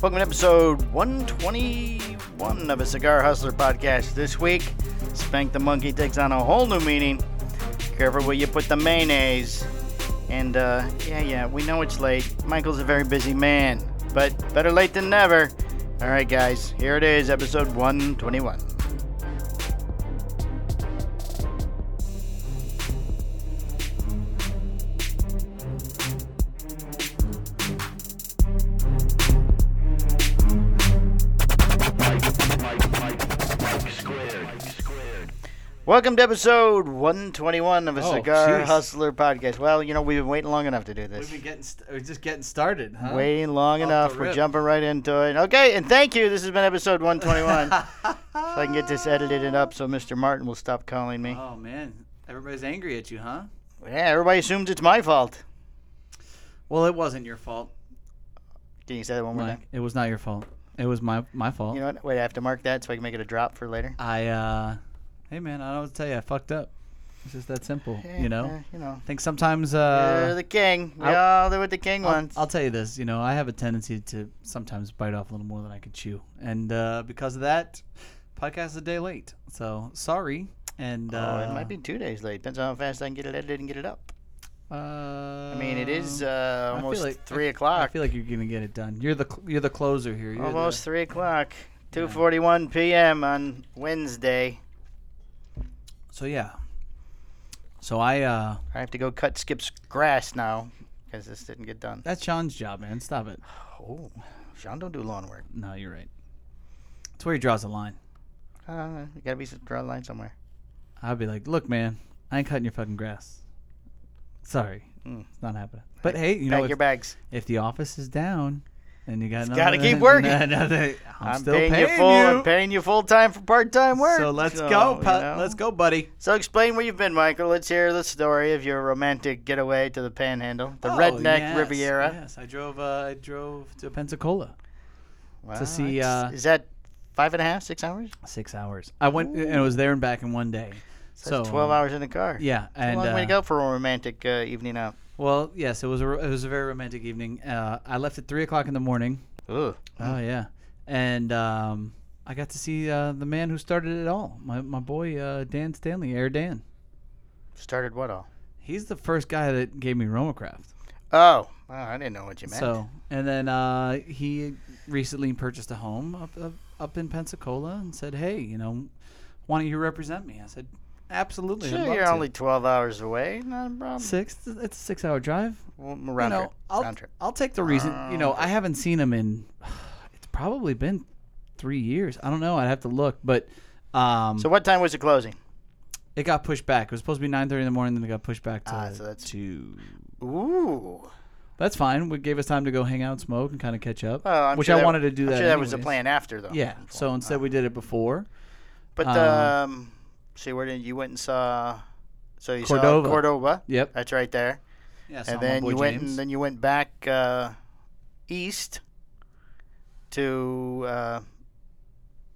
Welcome to episode 121 of a Cigar Hustler podcast. This week, Spank the Monkey takes on a whole new meaning. Careful where you put the mayonnaise. And, uh, yeah, yeah, we know it's late. Michael's a very busy man, but better late than never. All right, guys, here it is, episode 121. Welcome to episode 121 of a Oh, Cigar jeez. Hustler podcast. Well, you know, we've been waiting long enough to do this. We've been getting st- we're just getting started, huh? Waiting long Off the enough. We're rip. jumping right into it. Okay, and thank you. This has been episode 121. if I can get this edited and up so Mr. Martin will stop calling me. Oh man, everybody's angry at you, huh? Yeah, everybody assumes it's my fault. Well, it wasn't your fault. Can you say that one more Like, time? it was not your fault. It was my my fault. You know what? Wait, I have to mark that so I can make it a drop for later. I uh, hey man, I don't tell you, I fucked up. It's just that simple, you know. Eh, you know. I think sometimes You're uh, the king. We I'll- all do what the king I'll- wants. I'll, tell you this, you know, I have a tendency to sometimes bite off a little more than I could chew, and uh, because of that, podcast is a day late. So sorry, and uh, oh, it might be two days late. Depends on how fast I can get it edited and get it up. Uh, I mean, it is I uh, feel almost like- three I o'clock. feel like you're gonna get it done. You're the cl- you're the closer here. You're the- Almost three o'clock. 2:41 p.m. on Wednesday. so yeah. So I uh I have to go cut Skip's grass now because this didn't get done. that's Sean's job, man. Stop it. Oh, Sean don't do lawn work. No, you're right. That's where he draws the line. Uh, you gotta be s- draw a line somewhere. I'd be like, look, man, I ain't cutting your fucking grass. Sorry, Mm. it's not happening. But hey, you know, Pack if, your bags. if the office is down and you got It's nothing, gotta keep working. another- I'm, I'm, still paying, you full. I'm paying you full time for part time work. so let's So, go, you pu- know. let's go, buddy. So explain where you've been, Michael. Let's hear the story of your romantic getaway to the Panhandle, the Oh, Redneck yes, Riviera. Yes, I drove. Uh, I drove to Pensacola. Wow, To see, that's- uh, is that five and a half, six hours? Six hours. I went and I was there and back in one day. So, So, that's twelve hours in the car. Yeah, That's and a long way to uh, go for a romantic uh, evening out. well, yes, it was a ro- it was a very romantic evening. Uh, I left at three o'clock in the morning. Ooh. Oh yeah, and um, I got to see uh, the man who started it all. My my boy uh, Dan Stanley, Air Dan. Started what all? He's the first guy that gave me Romacraft. Oh, oh, I didn't know what you meant. So and then uh, he recently purchased a home up, up up in Pensacola and said, hey, you know, why don't you represent me? I said, absolutely. I'd Sure, love you're to." only 12 hours away. Not a problem. six. It's a six-hour drive. Well, Um, round you know, trip. I'll, round trip. I'll take the reason. You know, I haven't seen him in. It's probably been three years. I don't know. I'd have to look, but um, So what time was it closing? it got pushed back. It was supposed to be nine thirty in the morning, then it got pushed back to Ah, so that's- two. Ooh. That's fine. We gave us time to go hang out, smoke, and kind of catch up, Well, I'm which sure I wanted to do I'm that. sure that was the anyways. plan after, though. Uh, Yeah. So instead, we did it before. But uh, um, see, where did you went and saw? So you Cordova. saw Cordova. Yep. That's right there. Yeah. and then you went and then you went back uh, east to uh,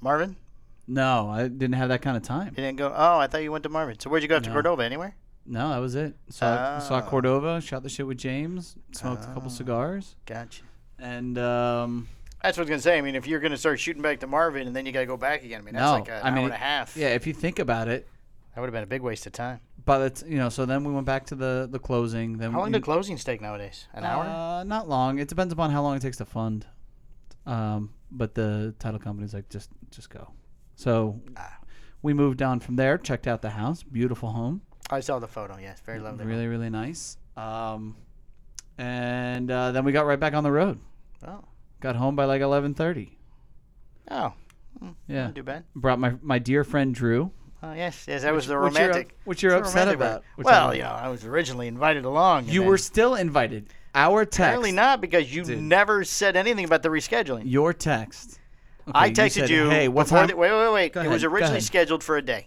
Marvin. no, I didn't have that kind of time. You didn't go. Oh, I thought you went to Marvin. So where'd you go after No. Cordova? Anywhere? No, that was it. Saw saw Ah. Cordova, shot the shit with James, smoked Oh. a couple cigars, Gotcha. and um, That's what I was gonna say. I mean, if you're gonna start shooting back to Marvin and then you gotta go back again, I mean, that's No, like an I mean, hour and a half. yeah, if you think about it, That would have been a big waste of time. but it's you know, so then we went back to the the closing. Then How long we, do closings take nowadays? An hour? Um, mm. Uh, not long. It depends upon how long it takes to fund. Um, but the title company's like just just go. So Ah. we moved on from there. Checked out the house, beautiful home, I saw the photo. Yes, very lovely. really really nice. Um, and uh, then we got right back on the road. Oh, Got home by like eleven thirty. oh, Yeah, not too bad. brought my my dear friend Drew. Oh, yes, yes, that was the Which you're up- romantic. Which you're, the upset romantic about. one. which I well, know. you know, I was originally invited along. and You then- were still invited. Our text. apparently not because you Dude. never said anything about the rescheduling. Your text. I Okay, texted said, you. Hey, what before time? the- wait, wait, wait. Go it ahead, was go originally ahead. scheduled for a day.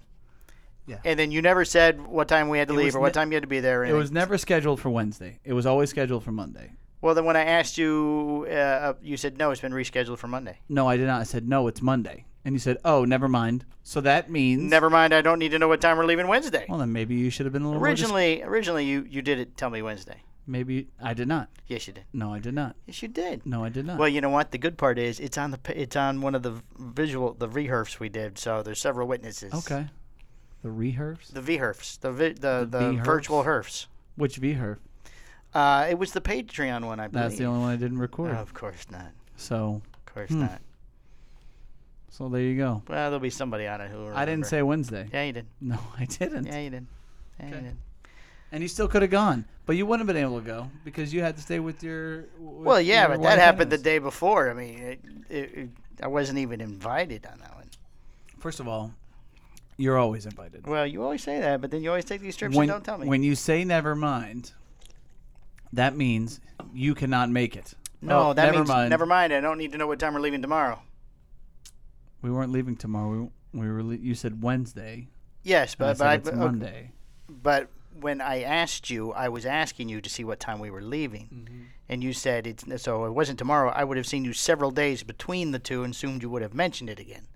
Yeah. And then you never said what time we had to It leave was or what ne- time you had to be there. Or it anything. was never scheduled for Wednesday. It was always scheduled for Monday. Well, then when I asked you, uh, uh, you said no. It's been rescheduled for Monday. No, I did not. I said no. It's Monday, and you said, "Oh, never mind." So that means Never mind. I don't need to know what time we're leaving Wednesday. Well, then maybe you should have been a little more dis- originally, originally you you did it. Tell me Wednesday. Maybe I did not. Yes, you did. No, I did not. Yes, you did. No, I did not. Well, you know what? The good part is it's on the p- it's on one of the v- visual the rehearse we did. So there's several witnesses. okay. The rehearse? The VHERFs, the vi- the, The the, VHERFs? virtual herfs. Which rehearse? Uh, it was the Patreon one, I believe. That's the only one I didn't record. Oh, of course not. so, Of course Hmm. not. so there you go. Well, there'll be somebody on it who. Will I didn't remember. say Wednesday. Yeah, you did. No, I didn't. Yeah, you did. Yeah, you Okay. did. And you still could have gone, but you wouldn't have been able to go because you had to stay with your. with Well, yeah, your but wife that and happened the us. day before. I mean, it, it, it, I wasn't even invited on that one. First of all, you're always invited. Well, you always say that, but then you always take these trips when, and don't tell me. When you say never mind, that means you cannot make it. no, Oh, that never means mind. never mind. I don't need to know what time we're leaving tomorrow. We weren't leaving tomorrow. We, we were. Le- you said Wednesday. Yes, and I but said but, I, it's but, okay, Monday. but when I asked you, I was asking you to see what time we were leaving, and you said it's so it wasn't tomorrow. I would have seen you several days between the two, and assumed you would have mentioned it again.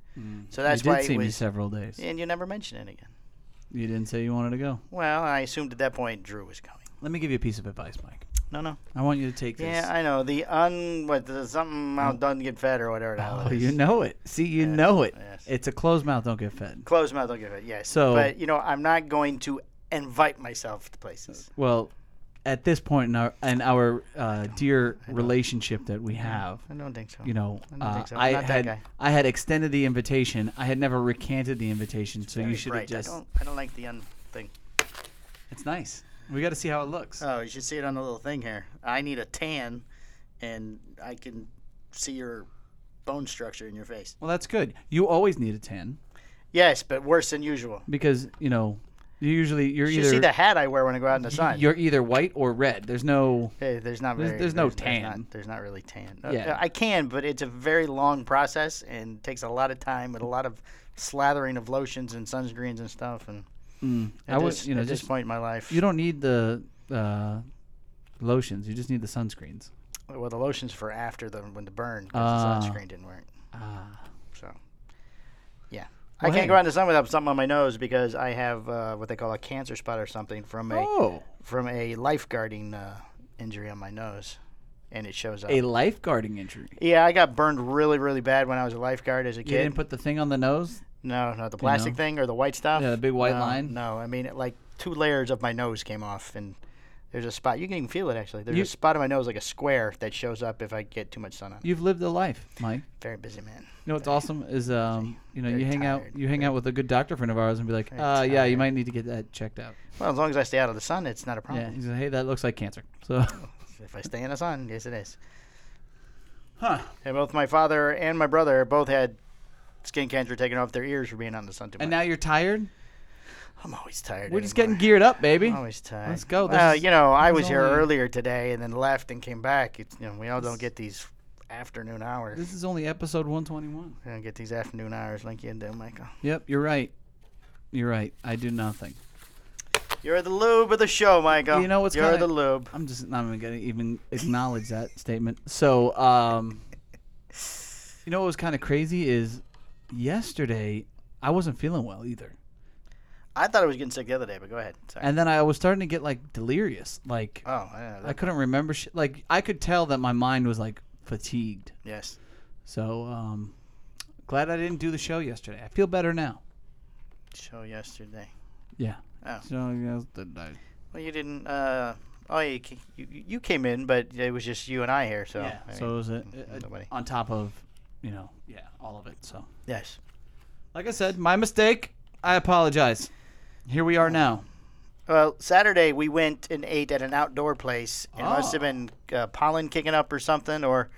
So that's Mm. you did why see it me was, several days. and you never mentioned it again. You didn't say you wanted to go. Well, I assumed at that point Drew was coming. Let me give you a piece of advice, Mike. No, no. I want you to take this. Yeah, I know the un what the something mouth doesn't get fed or whatever. The hell oh, it is. you know it. See, you know it. Yes. It's a closed mouth. Don't get fed. Closed mouth don't get fed. Yes. So- but you know I'm not going to invite myself to places. Well, at this point in our in our uh, dear relationship that Mm-hmm. we have, I don't think so. you know, I don't uh, think so. I'm I not that had guy. I had extended the invitation. I had never recanted the invitation, so Very you should have bright. just. I don't. I don't like the un thing. It's nice. We got to see how it looks. Oh, you should see it on the little thing here. I need a tan, and I can see your bone structure in your face. well, that's good. You always need a tan Yes, but worse than usual. because you know, you usually you're You either should see the hat I wear when I go out in the sun. you're either white or red. There's no. Hey, there's not There's- very, there's no there's not- tan. There's not, really tan. Uh, Yeah. I can, but it's a very long process and takes a lot of time with a lot of slathering of lotions and sunscreens and stuff. And Mm, at, I was this, you know at this just point in my life, you don't need the uh, lotions. You just need the sunscreens. well, the lotions for after the when the burn 'cause Ah. the sunscreen didn't work. Ah. So, yeah, I Well, can't hey. go out in the sun without something on my nose because I have uh, what they call a cancer spot or something from a Oh, from a lifeguarding uh, injury on my nose, and it shows up. a lifeguarding injury. yeah, I got burned really, really bad when I was a lifeguard as a You kid. didn't put the thing on the nose. No, no, the plastic thing or the white stuff. Yeah, the big white no, line. No, I mean it, like two layers of my nose came off, and there's a spot. You can even feel it actually. There's You- a spot on my nose like a square that shows up if I get too much sun on. it. You've lived a life, Mike. Very busy man. You know what's awesome is um, you know very you hang tired, out you hang out with a good doctor friend of ours and be like, Very uh, yeah, you tired. Oh. might need to get that checked out. Well, as long as I stay out of the sun, it's not a Yeah, problem. he's like, hey, that looks like cancer. So, If I stay in the sun, yes, it is. huh? And both my father and my brother both had skin cancer taken off their ears for being out in the sun too much. And now you're tired. I'm always tired. We're just anymore. getting geared up, baby. I'm always tired. Let's go. Well, This is- you know, I this was is here only- earlier today and then left and came back. It's, you know, we all This- don't get these afternoon hours. This is only episode 121. I don't get these afternoon hours like you do, Michael. Yep, you're right. You're right. I do nothing. You're the lube of the show, Michael. You know what's You're kinda- the lube. I'm just not even gonna even acknowledge that statement. So, um, you know what was kind of crazy is yesterday I wasn't feeling well either, I thought I was getting sick the other day, but go ahead. Sorry. and then I was starting to get like delirious. Like oh, I don't know. I couldn't remember. Sh- like I could tell that my mind was like fatigued. yes. So, um, glad I didn't do the show yesterday. I feel better now. Show yesterday. Yeah. Oh. So yesterday. Well, you didn't. Uh, oh, you, ca- you you came in, but it was just you and I here. So yeah. I So it mean, was a, a- nobody. on top of, you know, yeah, all of it. So. yes. Like I said, my mistake. I apologize. Here we are now. Well, Saturday we went and ate at an outdoor place. It must have Oh. been uh, pollen kicking up or something, or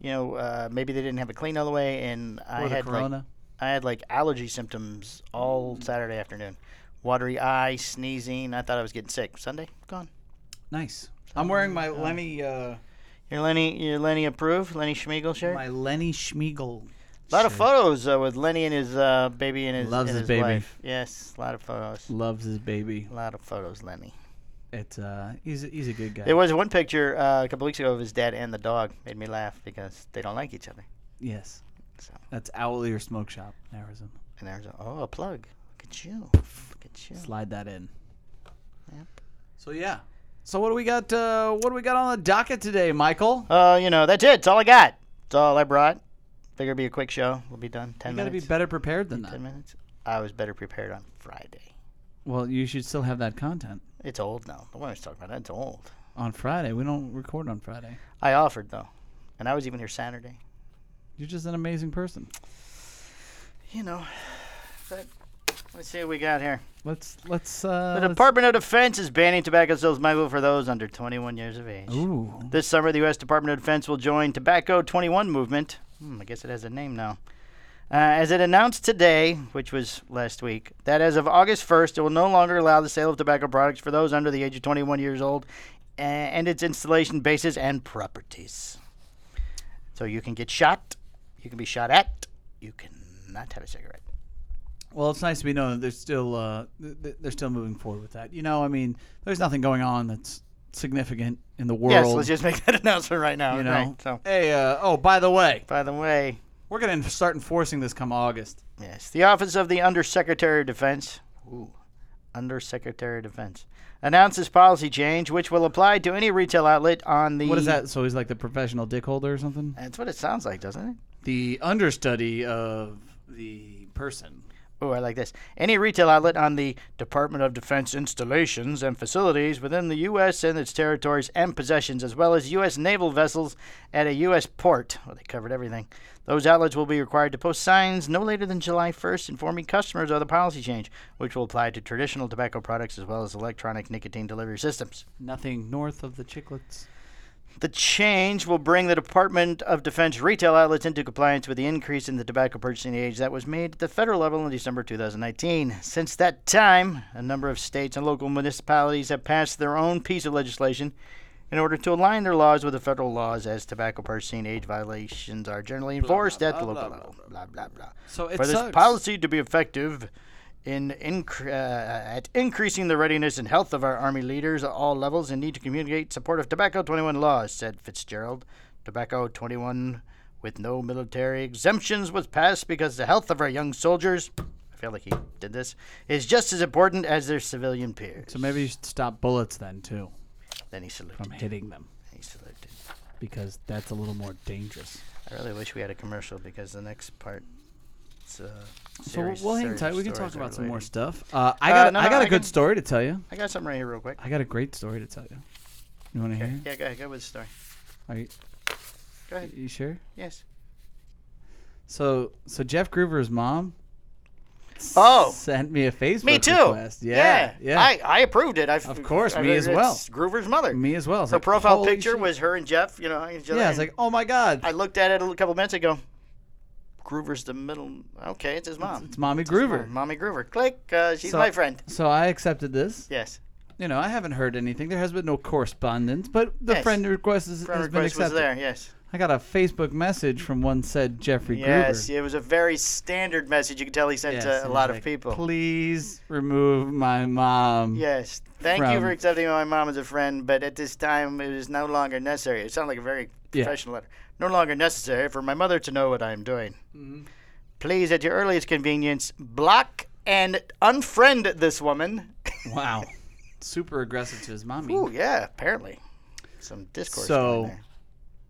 you know, uh, maybe they didn't have it clean all the way, and I Or the had like corona. I had like allergy symptoms all Saturday afternoon. Watery eye, sneezing. I thought I was getting sick. Sunday, gone. nice. I'm wearing my Lenny uh, Your Lenny, your Lenny approved. Lenny Schmiegel shirt. my Lenny Schmiegel. a lot of shirt. photos uh, with Lenny and his uh, baby and his Loves and his baby. wife. Yes, a lot of photos. Loves his baby. A lot of photos, Lenny. It's uh, he's a, he's a good guy. There was one picture uh, a couple weeks ago of his dad and the dog. Made me laugh because they don't like each other. yes. So. That's Owly or Smoke Shop, in Arizona. And there's a, oh a plug. Look at you. Look at you. Slide that in. Yep. So yeah, So what do we got? Uh, what do we got on the docket today, Michael? Uh, you know, that's it. It's all I got. It's all I brought. Figure it'd be a quick show. We'll be done. You Ten gotta be minutes. better prepared than Ten that. minutes. I was better prepared on Friday. Well, you should still have that content It's old now. The one I was talking about, that's old. on Friday. We don't record on Friday. I offered though, and I was even here Saturday. You're just an amazing person. You know, but let's see what we got here. Let's let's. Uh, the let's- Department of Defense is banning tobacco sales legal for those under 21 years of age. Ooh. This summer, the U.S. Department of Defense will join Tobacco 21 movement. Hmm, I guess it has a name now. Uh, as it announced today, which was last week, that as of August 1st, it will no longer allow the sale of tobacco products for those under the age of 21 years old a- and its installation bases and properties. So you can get shot, you can be shot at, you cannot have a cigarette. Well, it's nice to be known that they're still uh, th- th- they're still moving forward with that. You know, I mean, there's nothing going on that's significant in the world. Yes, let's just make that announcement right now. you know. Right, so, Hey, uh, oh, by the way, by the way, we're gonna start enforcing this come August. Yes, the Office of the Undersecretary of Defense, ooh, Undersecretary of Defense, announced this policy change, which will apply to any retail outlet on the. What is that? So he's like the professional dick holder or something? That's what it sounds like, doesn't it? The understudy of the person. Oh, I like this. Any retail outlet on the Department of Defense installations and facilities within the U.S. and its territories and possessions, as well as U.S. naval vessels at a U.S. port. Well, they covered everything. Those outlets will be required to post signs no later than July 1st informing customers of the policy change, which will apply to traditional tobacco products as well as electronic nicotine delivery systems. Nothing north of the chicklets. The change will bring the Department of Defense retail outlets into compliance with the increase in the tobacco purchasing age that was made at the federal level in December 2019. Since that time, a number of states and local municipalities have passed their own piece of legislation in order to align their laws with the federal laws, as tobacco purchasing age violations are generally enforced blah, at the blah, local blah, level. Blah, blah, blah. So it For this sucks. policy to be effective, in incre- uh, at increasing the readiness and health of our Army leaders at all levels and need to communicate support of Tobacco 21 laws, said Fitzgerald. Tobacco 21 with no military exemptions was passed because the health of our young soldiers, I feel like he did this, is just as important as their civilian peers. so maybe you should stop bullets then too then he saluted. from hitting them He saluted. because that's a little more dangerous. I really wish we had a commercial because the next part. It's, uh, So we'll- series, we'll hang series tight. of We can stories talk about are some more related. stuff. Uh, I Uh, got no, I no, got a I good can- story to tell you. I got something right here, real quick. I got a great story to tell you. You want to hear? Yeah, go ahead. Go with the story. Are you, Go ahead. you sure? Yes. So so Jeff Groover's mom. Oh. Sent me a Facebook Me too. request. Yeah, yeah. I, I approved it. i Of course, me as well. it's Groover's mother. me as well. I was Her like, profile "Holy picture shit." was her and Jeff, you know, hugging each other, Yeah, it's and like oh my god, I looked at it a little- couple minutes ago. Groover's the middle. Okay, it's his mom. it's Mommy It's his Groover. mom. Mommy Groover. Click. Uh, she's So- my friend. So I accepted this. Yes. You know, I haven't heard anything. There has been no correspondence, but the Yes. friend request is, Friend has been request was accepted. there. Yes. I got a Facebook message from one said Jeffrey Yes. Groover. It was a very standard message. You could tell he sent Yes, to it a was lot like, of people. Please remove my mom. Yes. Thank you for From- accepting my mom as a friend, but at this time it is no longer necessary. It sounded like a very Yeah. professional letter. No longer necessary for my mother to know what I am doing. Mhm. Please, at your earliest convenience, block and unfriend this woman. Wow. Super aggressive to his mommy. Ooh, yeah, apparently. Some discourse So- going there.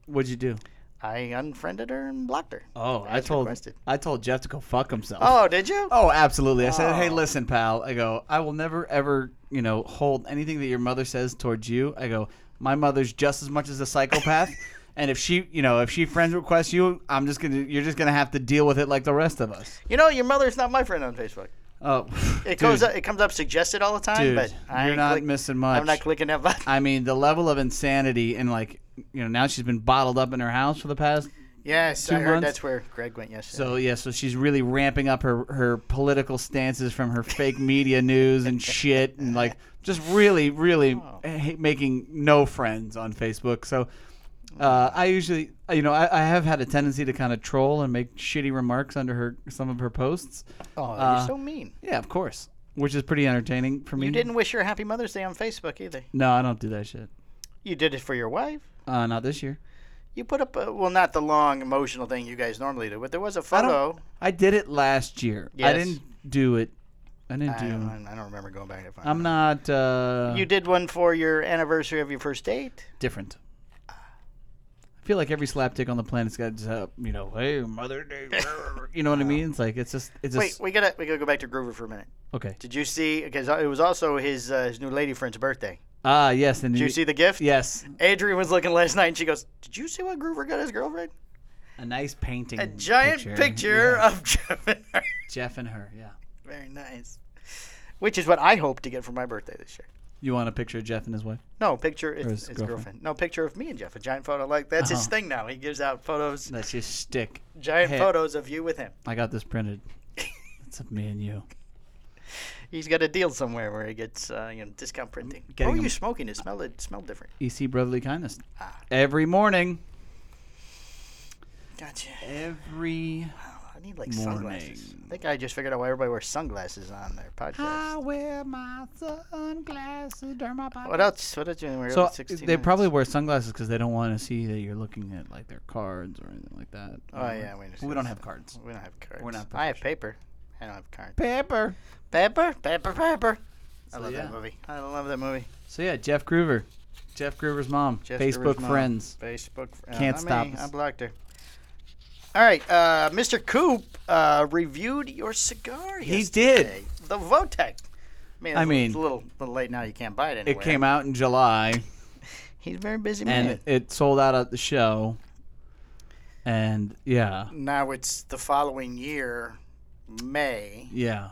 What'd you do? I unfriended her and blocked her. Oh, I As told requested. I told Jeff to go fuck himself. Oh, did you? Oh, absolutely. I said, "Hey, Oh. listen, pal." I go, "I will never ever, you know, hold anything that your mother says towards you." I go, "My mother's just as much as a psychopath, and if she, you know, if she friends requests you, I'm just going to you're just going to have to deal with it like the rest of us." You know, your mother's not my friend on Facebook. Oh. It dude, goes up, it comes up suggested all the time, dude, but I you're ain't not click- missing much. I'm not clicking that button. I mean, the level of insanity and like, you know, now she's been bottled up in her house for the past Yes, Two I heard months? that's where Greg went yesterday. So yeah, so she's really ramping up her her political stances from her fake media news and shit, and like just really, really Oh. eh, ha- making no friends on Facebook. So uh, I usually, you know, I, I have had a tendency to kind of troll and make shitty remarks under her some of her posts. Oh, Uh, you're so mean. Yeah, of course, which is pretty entertaining for me. You didn't wish her happy Mother's Day on Facebook either. No, I don't do that shit. You did it for your wife. Uh, not this year. You put up a, well, not the long emotional thing you guys normally do, but there was a I don't- photo. I did it last year. I Yes. didn't do it I didn't I, do. don't, I don't remember going back to find I'm not uh, out. You did one for your anniversary of your first date. different. I feel like every slapdick on the planet's got, uh, you know, hey, Mother Day. you know what I mean? It's like, it's just, it's Wait, just, we gotta we gotta go back to Groover for a minute. okay. Did you see? Because it was also his uh, his new lady friend's birthday. Ah, yes. And Did you see the gift? Yes. Adrian was looking last night, and she goes, "Did you see what Groover got his girlfriend? A nice painting. A giant Mm, picture, yeah. of Jeff and her. Jeff and her, yeah. Very nice. Which is what I hope to get for my birthday this year. You want a picture of Jeff and his wife? No picture. It's his, his girlfriend. girlfriend. No picture of me and Jeff. A giant photo. Like that's his Uh-huh. thing now. He gives out photos. That's just stick. Giant Hey. photos of you with him. I got this printed. It's of me and you. He's got a deal somewhere where he gets uh, you know discount printing. Getting oh, you him- smoking? It smelled it smelled different. EC Brotherly Kindness. Ah. Every morning. Gotcha. Every Wow, I need like sunglasses. Morning. I think I just figured out why everybody wears sunglasses on their podcast. wear my sunglasses during my What else? What else you wear? So Like 16 they minutes. probably wear sunglasses because they don't want to see that you're looking at like their cards or anything like that. Um, Oh yeah, we, we don't have cards. We don't have cards. We're not I have paper. I don't have cards. Paper. Paper, paper, paper. I So, love yeah. that movie. I love that movie. So yeah, Jeff Groover, Jeff Groover's mom, Jeff Facebook Gruber's mom. friends. Facebook. fr- uh, Can't not stop me. us. I blocked her. All right, uh, Mr. Coop uh, reviewed your cigar. He yesterday. the Votech. I it's- mean- it's a little, little late now. You can't buy it anywhere. It came out in July He's a very busy and man. it, it sold out at the show. And yeah, now it's the following year, May. yeah,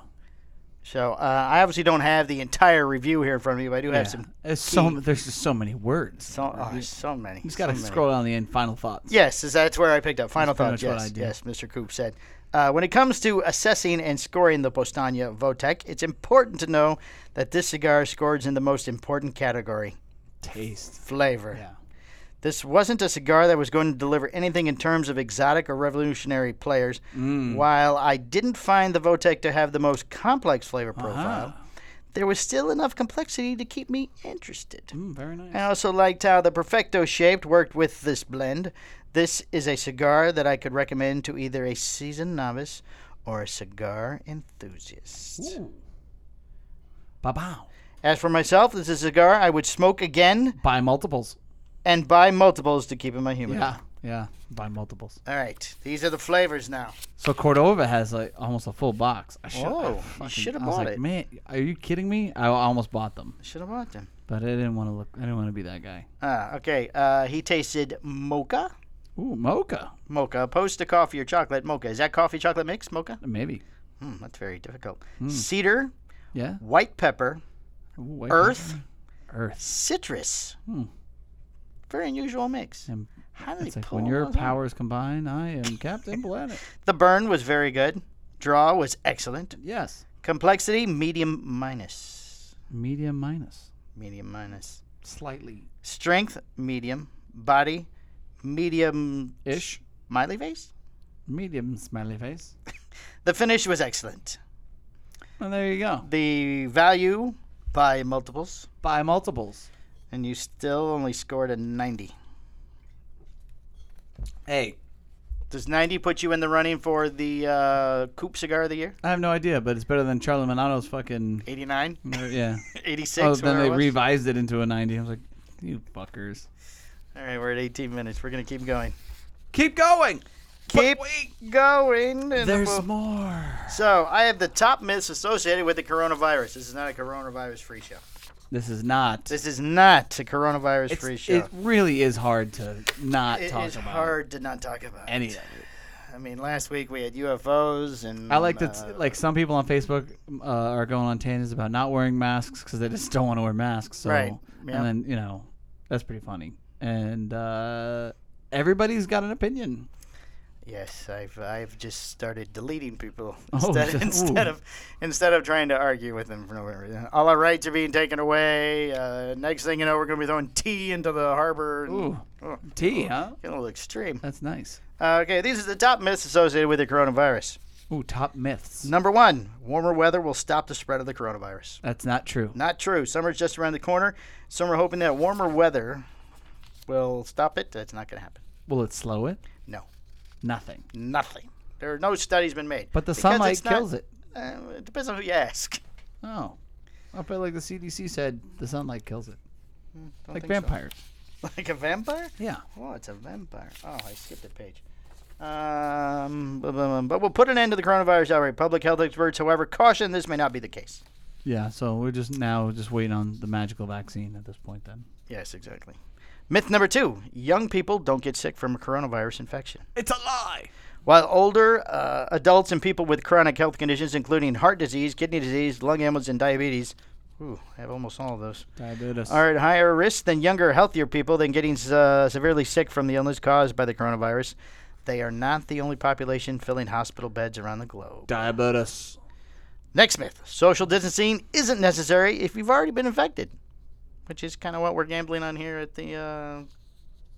So uh, I obviously don't have the entire review here in front of me, but I do have yeah. some. It's so key- m- there's just so many words. So, oh, so many. you just gotta so many. scroll down the end. Final thoughts. Yes, is that's where I picked up. Final pretty thoughts. much what Yes, I did. yes. Mr. Coop said, uh, when it comes to assessing and scoring the Postania Votech, it's important to know that this cigar scores in the most important category, Taste. flavor. Yeah. This wasn't a cigar that was going to deliver anything in terms of exotic or revolutionary players. Mm. While I didn't find the Votech to have the most complex flavor Uh-huh. profile, there was still enough complexity to keep me interested. Mm, very nice. I also liked how the Perfecto shaped worked with this blend. This is a cigar that I could recommend to either a seasoned novice or a cigar enthusiast. Ooh. Ba bow. As for myself, this is a cigar I would smoke again Buy multiples. and buy multiples to keep in my humidor. Yeah. Yeah. Buy multiples. All right, these are the flavors now. So Cordova has like almost a full box. I should, Whoa, I you fucking- should've I was bought like, it. Man, are you kidding me? I, I almost bought them, Should have bought them. but I didn't want to look. I didn't want to be that guy. Ah, okay. Uh, he tasted mocha. Ooh, mocha. Mocha, opposed to coffee or chocolate. Mocha. Is that coffee chocolate mix? Mocha? Maybe. Hmm, that's very difficult. Hmm. Cedar, Yeah. white pepper, Ooh, white earth, pepper. Earth. citrus. Hmm. Very unusual mix. And How did it's they like pull when all your those out? powers combine, I am Captain Planet. The burn was very good. Draw was excellent. Yes. Complexity medium minus. Medium minus. Medium minus. Slightly. Strength medium. Body medium Ish. Smiley face. Medium smiley face. The finish was excellent. And there you go. The value by multiples, Buy multiples. and you still only scored a 90. Hey, Does 90 put you in the running for the uh, Coupe cigar of the year? I have no idea, but it's better than Charlie Manano's fucking. uh, 89, Yeah. 86. Hmm. Oh, then whatever they it was. revised it into a 90. I was like, you fuckers. All right, we're at 18 minutes. We're gonna keep going. Keep going. Keep going. and There's we'll- more. So I have the top myths associated with the coronavirus. This is not a coronavirus-free show. This is not. This is not a coronavirus-free It's, show. it really is hard to not it talk is about hard to not talk about. any of it. it. I mean, last week we had UFOs and. I like that. uh, like some people on Facebook uh, are going on tangents about not wearing masks because they just don't want to wear masks. So, Right, yeah. And then you know, that's pretty funny. And uh, everybody's got an opinion. Yes, I've I've just started deleting people Oh, instead, so- instead ooh. of instead of trying to argue with them for no reason. All our rights are being taken away. Uh, next thing you know, we're going to be throwing tea into the harbor. And, Ooh, oh, tea, huh? getting a little extreme. That's nice. Uh, okay, these are the top myths associated with the coronavirus. Ooh, top myths. Number one, warmer weather will stop the spread of the coronavirus. That's not true. Not true. Summer's just around the corner. Some are hoping that warmer weather will stop it. That's not going to happen. Will it slow it? No. Nothing. Nothing. There are no studies been made. But the Because sunlight it's not- kills it. Uh, it depends on who you ask. Oh. I bet like the CDC said, the sunlight kills it. Don't Like think so. vampires. Like a vampire? Yeah. Oh, it's a vampire. Oh, I skipped a page. Um, bu- bu- bu- but we'll put an end to the coronavirus outbreak. Public health experts, however, caution this may not be the case. Yeah. So we're just now just waiting on the magical vaccine at this point. Then Yes, exactly. Myth number two young people don't get sick from a coronavirus infection. it's a lie. While older uh, adults and people with chronic health conditions, including heart disease, kidney disease, lung ailments, and diabetes, ooh, I have almost all of those, Diabetes. are at higher risk than younger, healthier people than getting uh, severely sick from the illness caused by the coronavirus. They are not the only population filling hospital beds around the globe. Diabetes. Next myth social distancing isn't necessary if you've already been infected, which is kind of what we're gambling on here at the uh,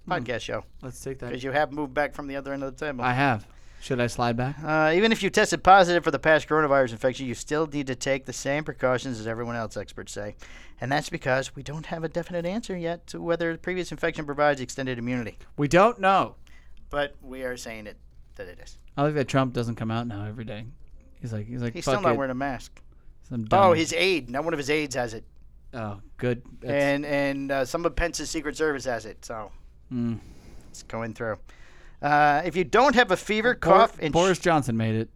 podcast show Let's take because that. you have moved back from the other end of the table. I have. Should I slide back? Uh, even if you tested positive for the past coronavirus infection, you still need to take the same precautions as everyone else, experts say. And that's because we don't have a definite answer yet to whether the previous infection provides extended immunity. We don't know. But we are saying it that it is. I like that Trump doesn't come out now every day. He's like he's like He's fuck still not it. wearing a mask. Some Oh, dumb- his aide. Not one of his aides has it. oh good. That's- And and uh, some of Pence's Secret Service has it. So mm. it's going through. Uh, if you don't have a fever, Bor- cough, and sh- Boris Johnson made it.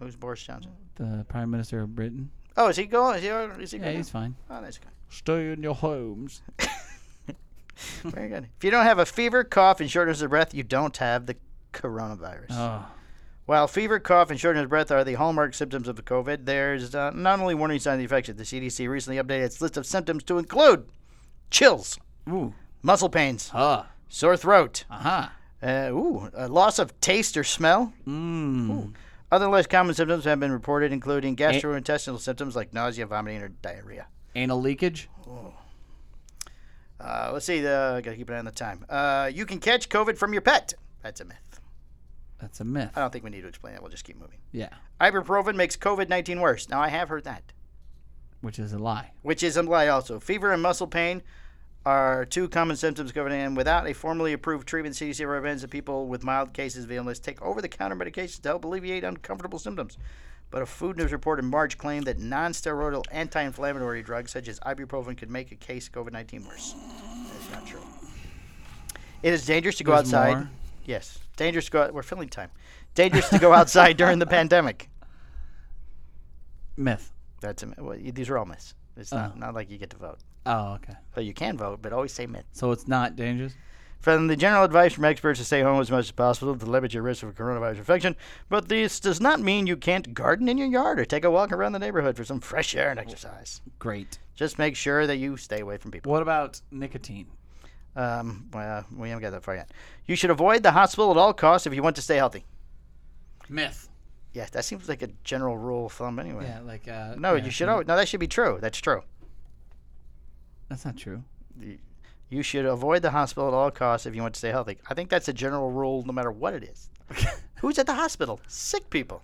who's Boris Johnson? The Prime Minister of Britain. Oh, is he going? Is he? Is he Yeah, going? he's fine. Oh, that's good. Stay in your homes. Very good. If you don't have a fever, cough, and shortness of breath, you don't have the coronavirus. Oh, While fever, cough, and shortness of breath are the hallmark symptoms of the COVID, there's uh, not only warning signs of the infection. The CDC recently updated its list of symptoms to include chills, ooh, muscle pains, ah, sore throat, aha, uh, ooh, a loss of taste or smell. Hmm. mm. Other less common symptoms have been reported, including gastrointestinal symptoms like nausea, vomiting, or diarrhea. anal leakage. Uh, let's see. Uh, gotta keep an eye on the time. Uh, you can catch COVID from your pet. That's a myth. That's a myth. I don't think we need to explain that. We'll just keep moving. Yeah, Ibuprofen makes COVID 19 worse. Now, I have heard that, which is a lie. which is a lie also. Fever and muscle pain are two common symptoms of COVID, and without a formally approved treatment, CDC recommends that people with mild cases of illness take over the counter medications to help alleviate uncomfortable symptoms. But a Food News report in March claimed that non steroidal anti inflammatory drugs such as ibuprofen could make a case COVID 19 worse. That's not true. It is dangerous to go There's outside. more. Yes. Dangerous to go out. We're filling time. Dangerous to go outside during the pandemic. Myth. That's a, well, y- these are all myths. It's Uh-huh. not, not like you get to vote. Oh, okay. Well, you can vote, but always say myth. So it's not dangerous. From the general advice from experts to stay home as much as possible to limit your risk of coronavirus infection, but this does not mean you can't garden in your yard or take a walk around the neighborhood for some fresh air and exercise. Great. Just make sure that you stay away from people. What about nicotine? Um, well, we haven't got that far yet. You should avoid the hospital at all costs if you want to stay healthy. Myth. Yeah, that seems like a general rule of thumb anyway. Yeah, like uh, No, yeah, you should. al- No, that should be true. That's true. That's not true. You should avoid the hospital at all costs if you want to stay healthy. I think that's a general rule no matter what it is. Who's at the hospital? Sick people.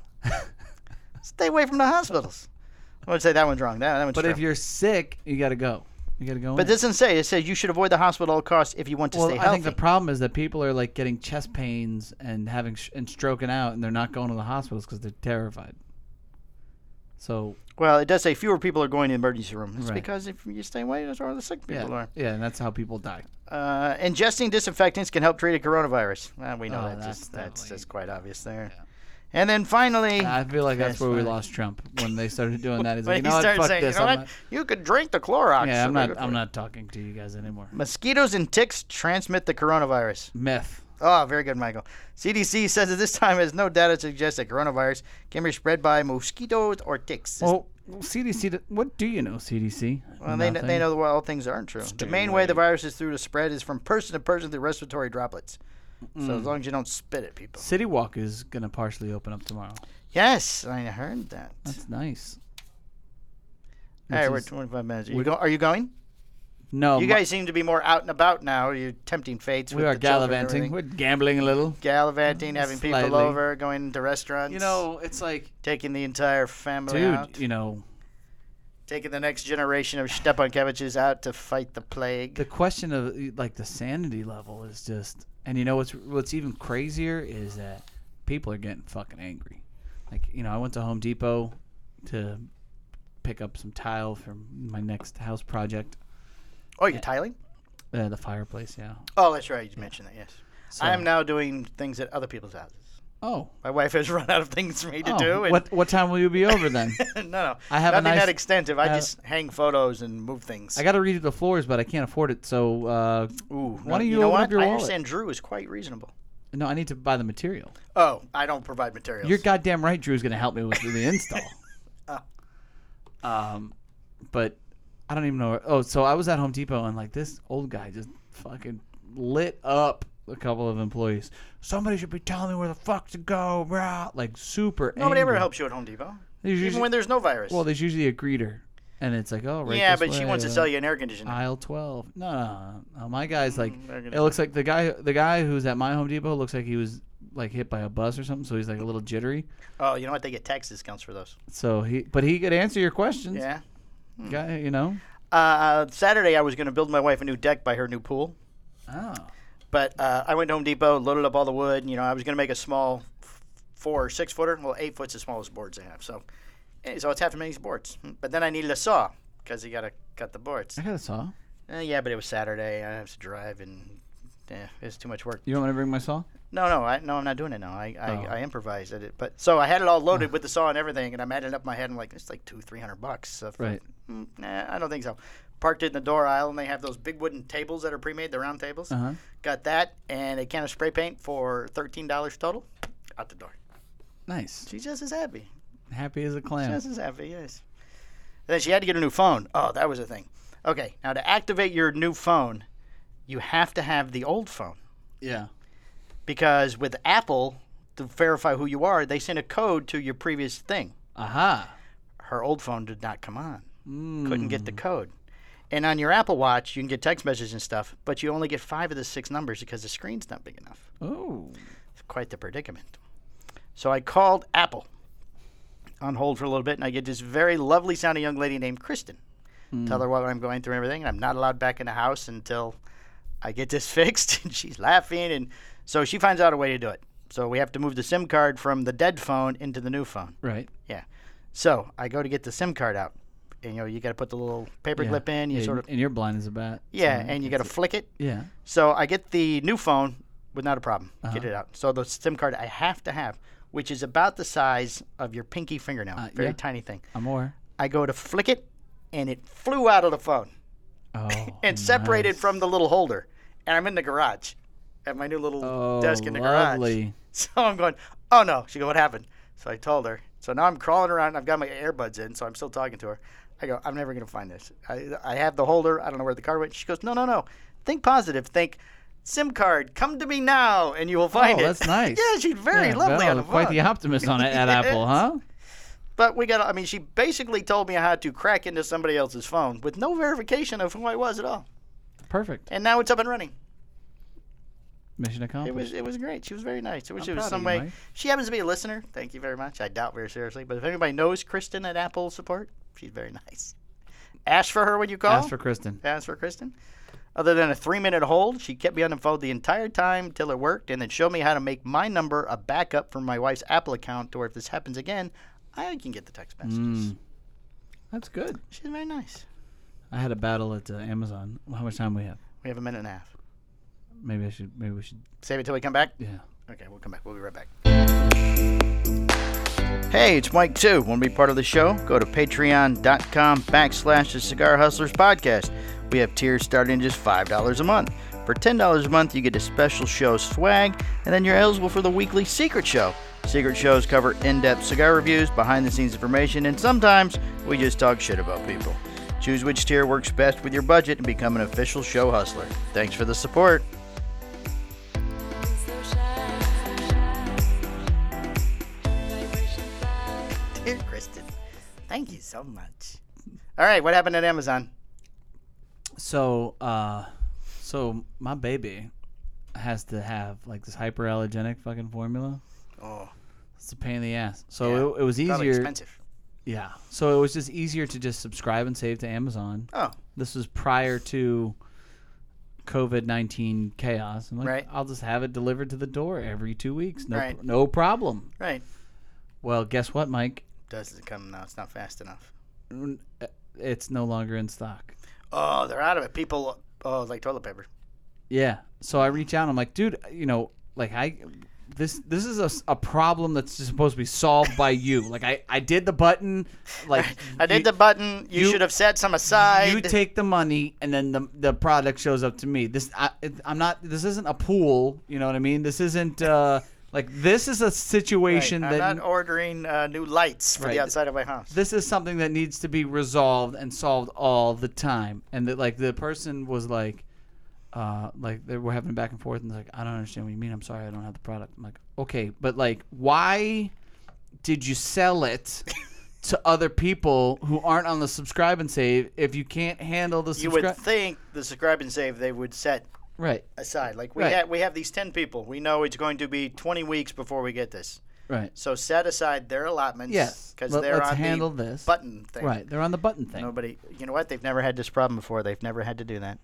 stay away from the hospitals. I would say that one's wrong. That, that one's But true. if you're sick, you gotta go. You gotta go. but in. this doesn't say. It says you should avoid the hospital at all costs if you want to well, stay I healthy. think the problem is that people are like getting chest pains and having sh- and stroking out, and they're not going to the hospitals because they're terrified. So well, it does say fewer people are going to the emergency room. It's Right. because if you stay away, that's where the sick people yeah, are. yeah, and that's how people die. Uh, ingesting disinfectants can help treat a coronavirus. Well, we know Oh, that's that's just, that's definitely- just quite obvious there. Yeah. And then finally, I feel like that's That's where we fine. lost Trump when they started doing that. He's when like, he you know what? started Fuck saying, this. "You know I'm what? You could drink the Clorox." not, yeah, I'm They're good not. for I'm you. not talking to you guys anymore. Mosquitoes and ticks transmit the coronavirus. Myth. Oh, very good, Michael. CDC says at this time has no data to suggest that coronavirus can be spread by mosquitoes or ticks. Well, CDC. d- What do you know, CDC? Well, they, know, Nothing. they know that well, all things aren't true. the main way the virus is through to spread is from person to person through respiratory droplets. So Mm. as long as you don't spit at people. City Walk is gonna partially open up tomorrow. Yes, I heard that. That's nice. All right, Which we're is- 25 minutes. Are you, go- are you going? no, You Oh, my- guys seem to be more out and about now. You're tempting fates. we with are the children and gallivanting. everything. We're gambling a little. Gallivanting, having people Slightly. over, going to restaurants. You know, it's like, taking the entire family dude, out. you know, taking the next generation of Stepankeviches out to fight the plague. the question of e, like the sanity level is just, and you know what's what's even crazier is that people are getting fucking angry. Like, you know, I went to Home Depot to pick up some tile for my next house project. Oh, you're tiling? Uh, the fireplace, yeah. Oh, that's right. You mentioned that. Yes. So, I am now doing things at other people's houses. Oh, My wife has run out of things for me to oh, do. And what what time will you be over then? no, no. I have a nothing nice- that extensive. I I have- just hang photos and move things. I got to redo the floors, but I can't afford it. So uh, Ooh, Why don't you know open what? up your I wallet? understand Drew is quite reasonable. no, I need to buy the material. Oh, I don't provide materials. You're goddamn right. Drew's gonna help me with the install. Oh. Um, but I don't even know. Where, oh, so I was at Home Depot and like this old guy just fucking lit up a couple of employees. Somebody should be telling me where the fuck to go, brah. Like super. Nobody ever angry. helps you at Home Depot, There's even usually- when there's no virus. well, there's usually a greeter, and it's like, oh, right yeah, this but she way, wants to uh, sell you an air conditioner. aisle twelve. No, no, no, no. my guy's like, Mm, they're gonna- it looks like the guy, the guy who's at my Home Depot looks like he was like hit by a bus or something, so he's like a little jittery. oh, you know what? They get tax discounts for those. So he, but he could answer your questions. Yeah. Guy, you know. Uh, Saturday, I was going to build my wife a new deck by her new pool, Oh. but uh, I went to Home Depot, loaded up all the wood. And, you know, I was going to make a small f- four or six footer. Well, eight foot's the smallest boards they have. So, eh, so it's half as many boards. But then I needed a saw because you got to cut the boards. I got a saw. Uh, yeah, but it was Saturday. I have to drive, and eh, it's too much work. You want me to bring my saw? No, no, I, no, I'm not doing it now. I, I, Oh. I improvised at it, but so I had it all loaded with the saw and everything, and I'm adding up in my head. I'm like, it's like two, three hundred bucks. So for- Right. mm, nah, I don't think so. Parked it in the door aisle, and they have those big wooden tables that are pre-made, the round tables. Uh huh. Got that and a can of spray paint for thirteen dollars total. Out the door. Nice. She's just as happy. Happy as a clam. Just as happy, yes. And then she had to get a new phone. Oh, that was a thing. Okay, now to activate your new phone, you have to have the old phone yeah. because with Apple, to verify who you are, they send a code to your previous thing. Aha. Her old phone did not come on, Mm. couldn't get the code. And on your Apple Watch, you can get text messages and stuff, but you only get five of the six numbers because the screen's not big enough. Oh. quite the predicament. So I called Apple on hold for a little bit, and I get this very lovely sounding young lady named Kristen. Tell her what I'm going through and everything, and I'm not allowed back in the house until I get this fixed. And she's laughing, and so she finds out a way to do it. So we have to move the SIM card from the dead phone into the new phone. Right. So I go to get the SIM card out. And, you know, you got to put the little paper clip in. You yeah, sort of and you're blind as a bat. yeah, so- and you got to flick it. Yeah. So I get the new phone with not a problem. Get Uh-huh. it out. So the SIM card I have to have, which is about the size of your pinky fingernail, Uh, very yeah. tiny thing. I'm more. I go to flick it, and it flew out of the phone Oh. and separated nice. from the little holder. And I'm in the garage at my new little Oh, desk in the garage. lovely. So I'm going, oh no. She go, what happened? So I told her. So now I'm crawling around. I've got my earbuds in, so I'm still talking to her. I go, I'm never going to find this. I, I have the holder. I don't know where the card went. She goes, no, no, no. Think positive. Think SIM card. Come to me now, and you will find Oh, it. that's nice. yeah, she's very Yeah, lovely well, on the Quite phone. the optimist on it at Apple, huh? but we got. I mean, she basically told me how to crack into somebody else's phone with no verification of who I was at all. Perfect. And now it's up and running. Mission It accomplished. was it was great. She was very nice. It was, I'm it was proud of some you, way. Mike. She happens to be a listener. Thank you very much. I doubt very seriously, but if anybody knows Kristen at Apple Support, she's very nice. Ask for her when you call. Ask for Kristen. Ask for Kristen. Other than a three-minute hold, she kept me on the phone the entire time till it worked, and then showed me how to make my number a backup for my wife's Apple account, to where if this happens again, I can get the text messages. Mm. That's good. She's very nice. I had a battle at uh, Amazon. How much time we have? We have a minute and a half. Maybe I should. Maybe we should. Save it till we come back. Yeah. Okay, we'll come back. We'll be right back. Hey, it's Mike too. Want to be part of the show? Go to patreon.com backslash the Cigar Hustlers podcast. We have tiers starting at just $5 a month. For $10 a month, you get a special show swag, and then you're eligible for the weekly secret show. Secret shows cover in depth cigar reviews, behind the scenes information, and sometimes we just talk shit about people. Choose which tier works best with your budget and become an official show hustler. Thanks for the support. Dear Kristen, thank you so much. All right, what happened at Amazon? So, uh, so my baby has to have like this hyperallergenic fucking formula. Oh, It's a pain in the ass. So Yeah. it, it was probably easier. expensive. Yeah. So it was just easier to just subscribe and save to Amazon. Oh, This was prior to COVID nineteen chaos. I'm like, Right. I'll just have it delivered to the door every two weeks. No, Right. no problem. right. Well, guess what, Mike? doesn't come now. It's not fast enough. It's no longer in stock. Oh, they're out of it. People, oh, like toilet paper. Yeah. So I reach out. I'm like, dude, you know, like I, this this is a, a problem that's just supposed to be solved by you. Like I I did the button. Like I did the button. You, you- should have set some aside. You take the money, and then the the product shows up to me. This I, it- I'm not. This isn't a pool. You know what I mean? This isn't uh like this is a Right, situation I'm that not ordering uh, new lights for Right. the outside of my house. this is something that needs to be resolved and solved all the time. And that like the person was like, uh, like they were having back and forth, and like I don't understand what you mean. I'm sorry, I don't have the product. I'm like, okay, but like why did you sell it? To other people who aren't on the subscribe and save, if you can't handle the you would subscribe, think the subscribe and save they would set right, aside. Like we Right. ha- we have these ten people. We know it's going to be twenty weeks before we get this. right, So set aside their allotments. yes, because Let, they're us on handle the this, button thing. right? They're on the button thing. Nobody. You know what? They've never had this problem before. They've never had to do that.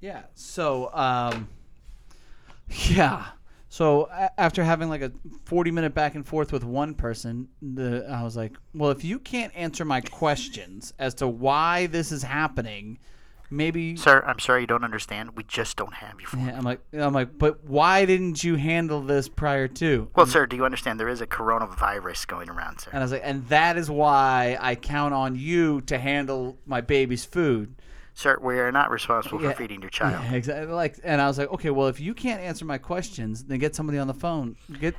Yeah. So, um, yeah. So a- after having like a forty-minute back and forth with one person, the I was like, "Well, if you can't answer my questions as to why this is happening, maybe." Sir, I'm sorry you don't understand. We just don't have you. For- Yeah, I'm like, I'm like, but why didn't you handle this prior to? Well, sir, do you understand there is a coronavirus going around, sir? And I was like, and that is why I count on you to handle my baby's food. sir, we are not responsible Yeah. for feeding your child. Yeah, exactly. Like, and I was like, okay, well, if you can't answer my questions, then get somebody on the phone. Get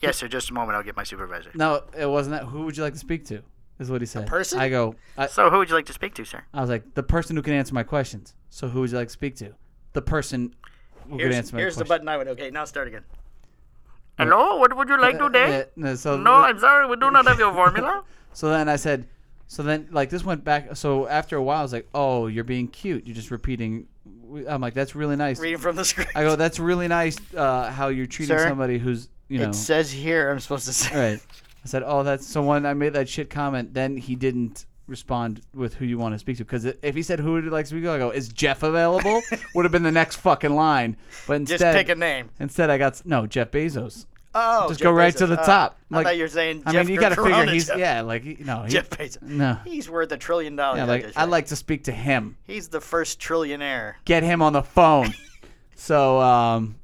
Yes, sir. Just a moment. I'll get my supervisor. No, it wasn't that. Who would you like to speak to? Is what he said. person? I go. I, So, who would you like to speak to, sir? I was like the person who can answer my questions. So who would you like to speak to? The person who can answer my here's the questions. button I would. Okay, now start again. Hello, what would you like Uh, today? no, so No, I'm sorry, we do not have your formula. so then I said. So then, like this went back. So after a while, I was like, "Oh, you're being cute. You're just repeating." I'm like, "That's really nice." Reading from the script. I go, "That's really nice. Uh, how you're treating Sir, somebody who's you know." It says here I'm supposed to say. right. I said, "Oh, that's someone." I made that shit comment. Then he didn't respond with who you want to speak to because if he said who would you like to speak to, I go, "Is Jeff available?" would have been the next fucking line. But Just instead, pick a name. instead I got s- no Jeff Bezos. Oh, Just Jeff go right to Bezos. the Oh, top. I Like, thought you were saying. I Jeff mean, you got got to figure he's yeah, like he- no, he, Jeff Bezos. no, He's worth a trillion dollars. yeah, I like just I'd read. like to speak to him. He's the first trillionaire. Get him on the phone. so um,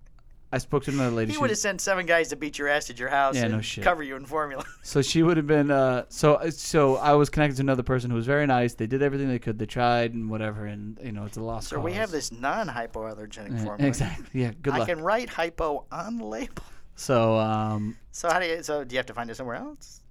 I spoke to another lady. He She would was- have sent seven guys to beat your ass at your house Yeah, and no shit. cover you in formula. So she would have been. Uh, so so I was connected to another person who was very nice. They did everything they could. They tried and whatever, and you know it's a lost. So we cause. have this non-hypoallergenic Yeah, formula. exactly. Yeah. Good I luck. can write hypo on the label. So um, So how do you? So do you have to find it somewhere else?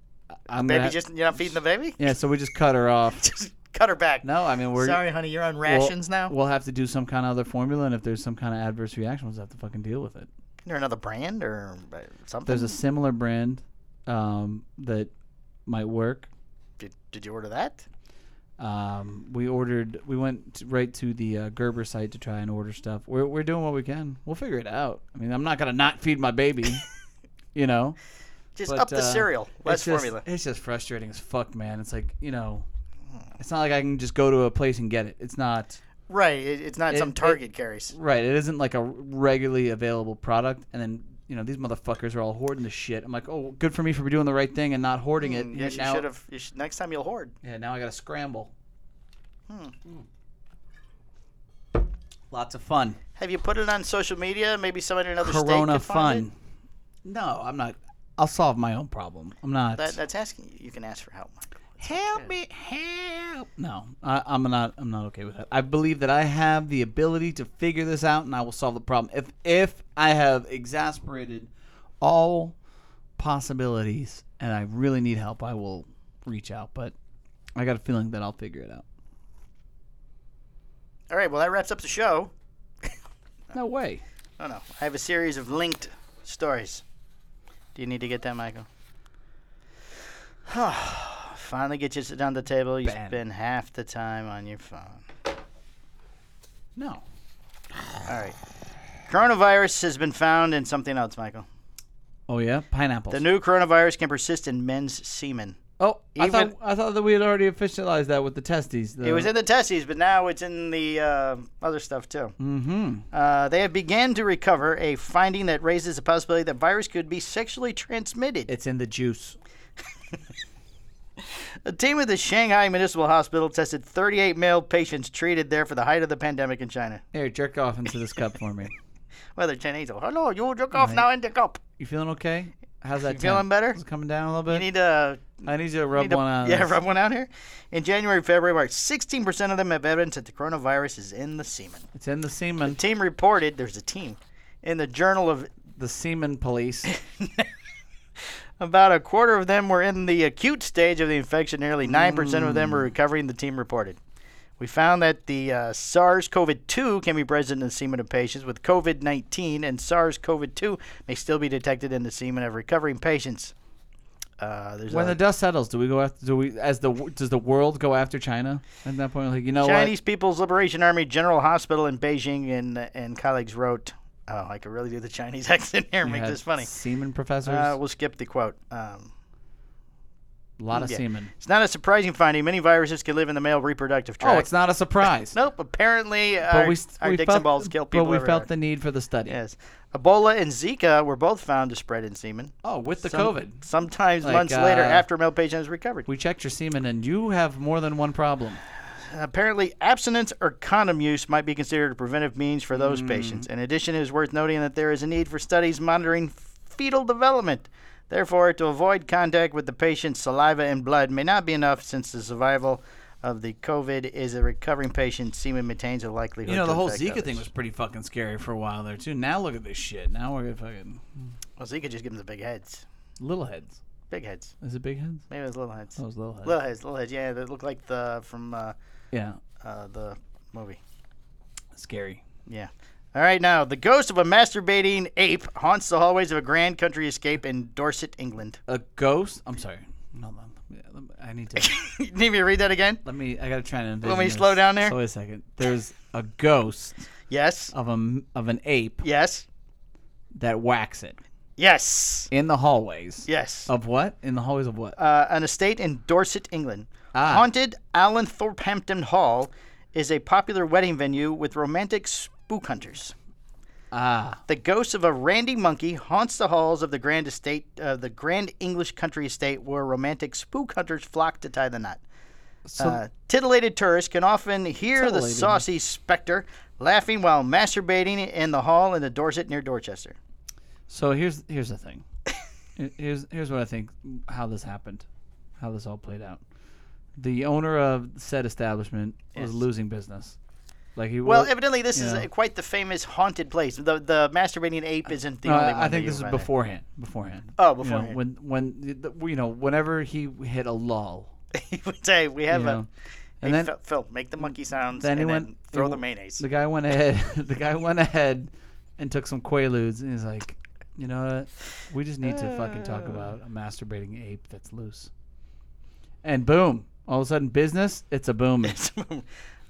I'm Baby, gonna. just you're not feeding the baby. yeah. So we just cut her off. Just cut her back. No, I mean we're. Sorry, honey, you're on we'll- rations now. We'll have to do some kind of other formula, and if there's some kind of adverse reaction, we'll just have to fucking deal with it. Isn't there another brand or uh, something? There's a similar brand um, that might work. Did, did you order that? Um, we ordered. We went t right to the uh, Gerber site to try and order stuff. We're we're doing what we can. We'll figure it out. I mean, I'm not gonna not feed my baby. you know, Just But, up the uh, cereal, less it's just, formula. It's just frustrating as fuck, man. It's like you know, it's not like I can just go to a place and get it. It's not Right. It, it's not it- some it- Target carries. right. It isn't like a regularly available product. And then you know these motherfuckers are all hoarding the shit. I'm like, oh, good for me for doing the right thing and not hoarding it. Mm, yes, you now, should have. You should, next time you'll hoard. Yeah, now I gotta scramble. Hmm. Lots of fun. Have you put it on social media? Maybe somebody in another Corona state could find it? fun. No, I'm not. I'll solve my own problem. I'm not. That, that's asking you. You can ask for help. Michael. help me, help. No, I, I'm not. I'm not okay with that. I believe that I have the ability to figure this out, and I will solve the problem. If if I have exasperated all possibilities, and I really need help, I will reach out. But I got a feeling that I'll figure it out. All right. Well, that wraps up the show. No way. Oh no, I have a series of linked stories. Do you need to get that, Michael? Finally, get you sit down at the table. You Bam. spend half the time on your phone. No. All right. Coronavirus has been found in something else, Michael. Oh yeah, pineapples. The new coronavirus can persist in men's semen. oh, I even- thought I thought that we had already officialized that with the testes. It was in the testes, but now it's in the uh, other stuff too. Mm-hmm. Uh, they have began to recover a finding that raises the possibility that virus could be sexually transmitted. It's in the juice. A team at the Shanghai Municipal Hospital tested 38 male patients treated there for the height of the pandemic in China. Here, jerk off into this cup for me. Well, they're Chinese. oh, Hello, you jerk off now in the cup. You feeling okay? How's that? You feeling temp? better? Is it coming down a little You bit? need to I need you to rub Need to- one on. Yeah, this. rub one out here. In January, February, March, 16% of them have evidence that the coronavirus is in the semen. It's in the The semen. team reported, there's a team, in the Journal of The semen police. about a quarter of them were in the acute stage of the infection. Nearly 9% of them Hmm. were recovering, the team reported. We found that the uh, SARS CoV 2 can be present in the semen of patients with COVID 19, and SARS CoV 2 may still be detected in the semen of recovering patients. Uh, there's when a- the dust settles, do we go after? Do we as the wo- does the world go after China at that point? Like you know Chinese People's Liberation Army General Hospital in Beijing and and colleagues wrote, "Oh, I could really do the Chinese accent here. what? Make You had this funny." Semen professors. Uh, we'll skip the quote. Um, a lot of yeah. semen. it's not a surprising finding. Many viruses can live in the male reproductive tract. Oh, it's not a surprise. nope. Apparently, but our, we, st- our we dicks felt, and balls kill people. But we everywhere. felt the need for the study. yes. Ebola and Zika were both found to spread in semen. Oh, with the Some- COVID, Sometimes Like, months later, uh, after a male patient has recovered. we checked your semen, and you have more than one problem. Apparently, abstinence or condom use might be considered a preventive means for those patients. In addition, it is worth noting that there is a need for studies monitoring fetal development. Therefore, to avoid contact with the patient's saliva and blood may not be enough since the survival of the COVID is a recovering patient. Semen maintains a likelihood. You know, to the whole affect Zika others. thing was pretty fucking scary for a while there too. Now look at this shit. Now we're fucking Well, Zika just gives them the big heads. little heads. Big heads. Is it big heads? Maybe it was little heads. Oh, it's little heads. Little heads, little heads. Yeah, that look like the from uh, yeah, uh, the movie. scary. Yeah. All right, now the ghost of a masturbating ape haunts the hallways of a grand country escape in Dorset, England. A ghost. I'm sorry. No, no, yeah, let me- I need to. Need me to read that again? Let me. I gotta try and. Envision me to this. slow down there? So wait a second. There's a ghost Yes. of a m- of an ape Yes. that whacks it Yes. in the hallways Yes. of what? In the hallways of what? Uh, an estate in Dorset, England. Ah. Haunted Allen Thorpehampton Hall is a popular wedding venue with romantic spook hunters. Ah, The ghost of a randy monkey haunts the halls of the grand estate, uh, the grand English country estate, where romantic spook hunters flock to tie the knot. so Uh, titillated tourists can often hear the Titillated. saucy specter laughing while masturbating in the hall in the Dorset near Dorchester. so here's here's the thing. Here- here's here's what I think how this happened, how this all played out. The owner of said establishment was Yes. losing business. Like he Well, wa- evidently, this is yeah. uh quite the famous haunted place. The the masturbating ape isn't the No, only Uh, I- one. I that think you this is find there. beforehand. Beforehand. Oh, You know, beforehand. when when the- the- you know whenever he hit a lull, He would say we have you know, a. and hey, then Phil, Phil, make the monkey sounds then and he then went- throw he the w- mayonnaise. the guy went ahead. the guy went ahead and took some quaaludes, and he's like, you know what? We just need to fucking talk Uh. about a masturbating ape that's loose. And boom, all of a sudden, business. It's a boom.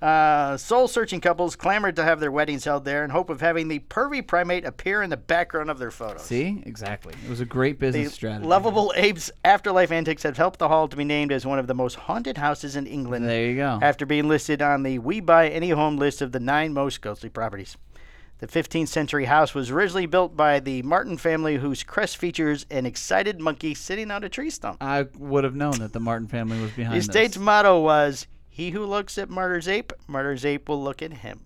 uh, soul searching couples clamored to have their weddings held there in hope of having the pervy primate appear in the background of their photos. See, exactly. It was a great business The strategy. Lovable Apes Afterlife Antics have helped the hall to be named as one of the most haunted houses in England There you go. after being listed on the We Buy Any Home list of the nine most ghostly properties. The 15th century house was originally built by the Martin family, whose crest features an excited monkey sitting on a tree stump. I would have known that the Martin family was behind The this. estate's motto was He who looks at Martyr's Ape, Martyr's Ape will look at him.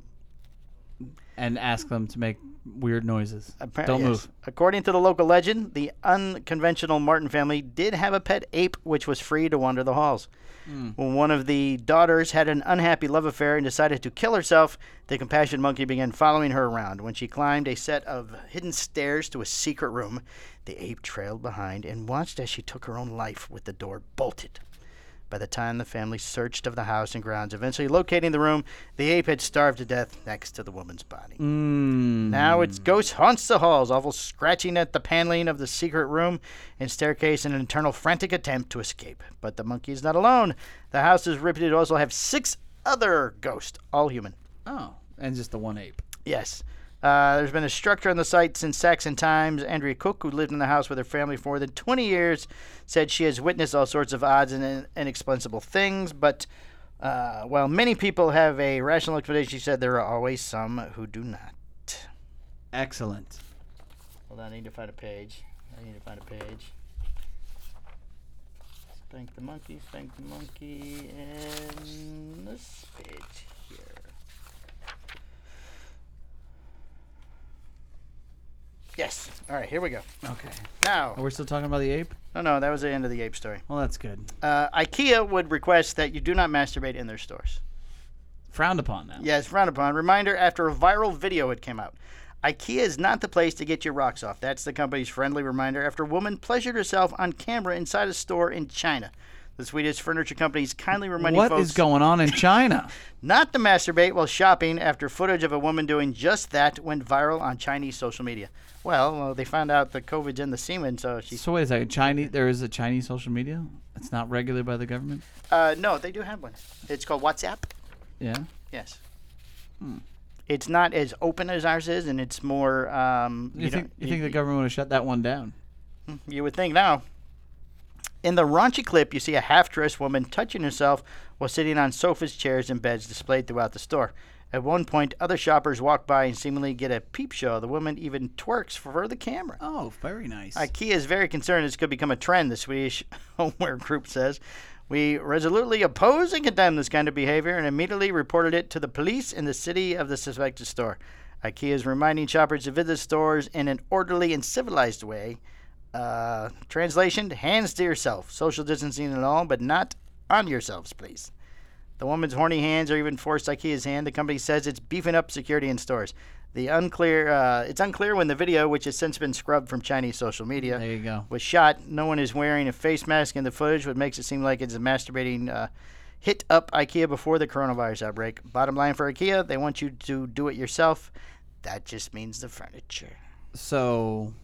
and ask them to make weird noises. Appar- Don't yes. move. According to the local legend, the unconventional Martin family did have a pet ape which was free to wander the halls. Hmm. When one of the daughters had an unhappy love affair and decided to kill herself, the compassion monkey began following her around. When she climbed a set of hidden stairs to a secret room, the ape trailed behind and watched as she took her own life with the door bolted. By the time the family searched of the house and grounds, eventually locating the room, the ape had starved to death next to the woman's body. Mm. Now its ghost haunts the halls, awful scratching at the paneling of the secret room and staircase in an internal frantic attempt to escape. But the monkey is not alone. The house is reputed to also have six other ghosts, all human. Oh, and just the one ape. Yes. Uh, there's been a structure on the site since Saxon times. Andrea Cook, who lived in the house with her family for more than 20 years, said she has witnessed all sorts of odds and inexplicable things. But uh, while many people have a rational explanation, she said there are always some who do not. Excellent. Hold on, I need to find a page. I need to find a page. Thank the monkey, thank the monkey, and this page here. Yes. All right, here we go. Okay. Now, Oh, we're still talking about the ape? no, no, that was the end of the ape story. Well, that's good. Uh, IKEA would request that you do not masturbate in their stores. Frowned upon now. Yes, frowned upon. Reminder after a viral video had came out. IKEA is not the place to get your rocks off. That's the company's friendly reminder after a woman pleasured herself on camera inside a store in China. The Swedish furniture company is kindly reminding What folks is going on in China? not to masturbate while shopping after footage of a woman doing just that went viral on Chinese social media. Well, uh, they found out the COVID's in the semen, so she. so wait a second. Chinese? There is a Chinese social media. It's not regulated by the government. Uh, no, they do have one. It's called WhatsApp. Yeah. Yes. Hmm. It's not as open as ours is, and it's more. Um, You, think? don't- You think the government would have shut that one down? You would think now. In the raunchy clip, you see a half dressed woman touching herself while sitting on sofas, chairs, and beds displayed throughout the store. At one point, other shoppers walk by and seemingly get a peep show. The woman even twerks for the camera. Oh, very nice. IKEA Uh, is very concerned this could become a trend, the Swedish homeware group says. We resolutely oppose and condemn this kind of behavior and immediately reported it to the police in the city of the suspected store. IKEA is reminding shoppers to visit stores in an orderly and civilized way. Uh, translation hands to yourself, social distancing and all, but not on yourselves, please. The woman's horny hands are even forced IKEA's hand. The company says it's beefing up security in stores. The unclear, uh, it's unclear when the video, which has since been scrubbed from Chinese social media, there you go. was shot. No one is wearing a face mask in the footage, which makes it seem like it's a masturbating uh, hit up IKEA before the coronavirus outbreak. Bottom line for IKEA, they want you to do it yourself. That just means the furniture. So,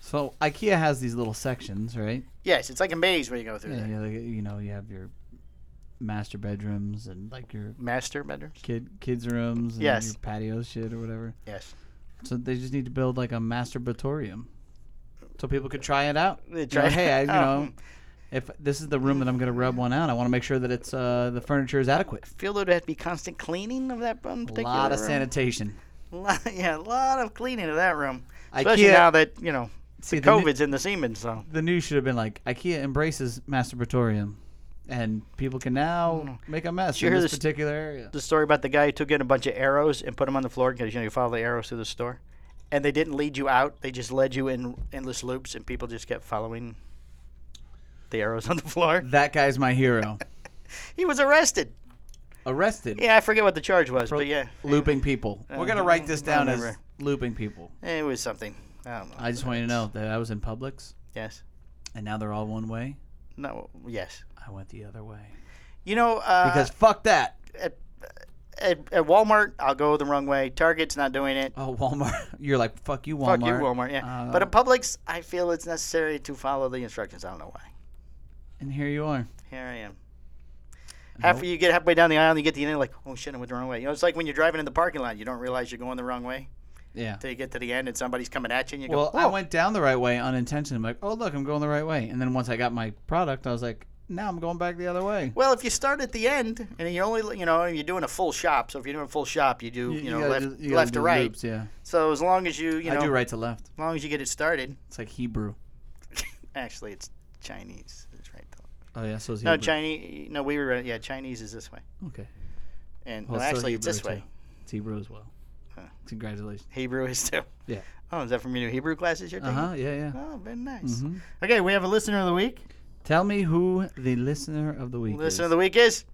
so IKEA has these little sections, right? Yes, it's like a maze when you go through Yeah. there. you, like, you know, you have your master bedrooms and like your Master bedrooms? kid kids rooms and Yes. your patio shit or whatever. Yes. So they just need to build like a masturbatorium, so people could try it out. They You know, try- hey, I, you Oh. know, if this is the room that I'm gonna rub one out, I want to make sure that it's uh, the furniture is adequate. Feel there would have to be constant cleaning of that one A particular lot of room. sanitation. Lot- yeah, a lot of cleaning of that room. I Especially can't- now that, you know, See, the, new- COVID's in the semen, so. the news should have been like IKEA embraces masturbatorium, and people can now make a mess Hmm. you in hear this, this- particular area. The story about the guy who took in a bunch of arrows and put them on the floor because, you know, you follow the arrows through the store. And they didn't lead you out, they just led you in endless loops, and people just kept following the arrows on the floor. That guy's my hero. He was arrested. Arrested, Yeah, I forget what the charge was, but yeah, looping people. We're gonna write this I down as remember. looping people. it was something. I don't know. I just want you to know that I was in Publix, yes. and now they're all one way. No, yes. I went the other way. You know, uh, Because fuck that. at, at, at Walmart, I'll go the wrong way. Target's not doing it. Oh, Walmart. You're like, fuck you, Fuck Walmart. you, Walmart. Yeah, Uh, but at Publix, I feel it's necessary to follow the instructions. I don't know why. And here you are. Here I am. Halfway you get halfway down the aisle, and you get to the end, you're like, oh shit, I went the wrong way. You know, it's like when you're driving in the parking lot, you don't realize you're going the wrong way Yeah. till you get to the end, and somebody's coming at you, and you Well, go, I "Whoa." went down the right way unintentionally. I'm like, oh, look, I'm going the right way. And then once I got my product, I was like, now I'm going back the other way. Well, if you start at the end, and you only, you know, you're doing a full shop. So if you're doing a full shop, you do, you, know, gotta left, do- you gotta left do to right. loops, yeah. So as long as you, you know, I do right to left. as long as you get it started. It's like Hebrew. Actually, it's Chinese. It's right. though. Oh, yeah, so is No, Hebrew. Chinese. No, we were. Yeah, Chinese is this way, Okay. and Well, no, still actually, it's Hebrew, this way. too. It's Hebrew as well. Huh. Congratulations. Hebrew is too. Yeah. Oh, is that from your Hebrew classes you're Uh taking? huh. Yeah, yeah. Oh, very nice. Mhm. Okay, we have a listener of the week. Tell me who the listener of the week Listener of is. the week is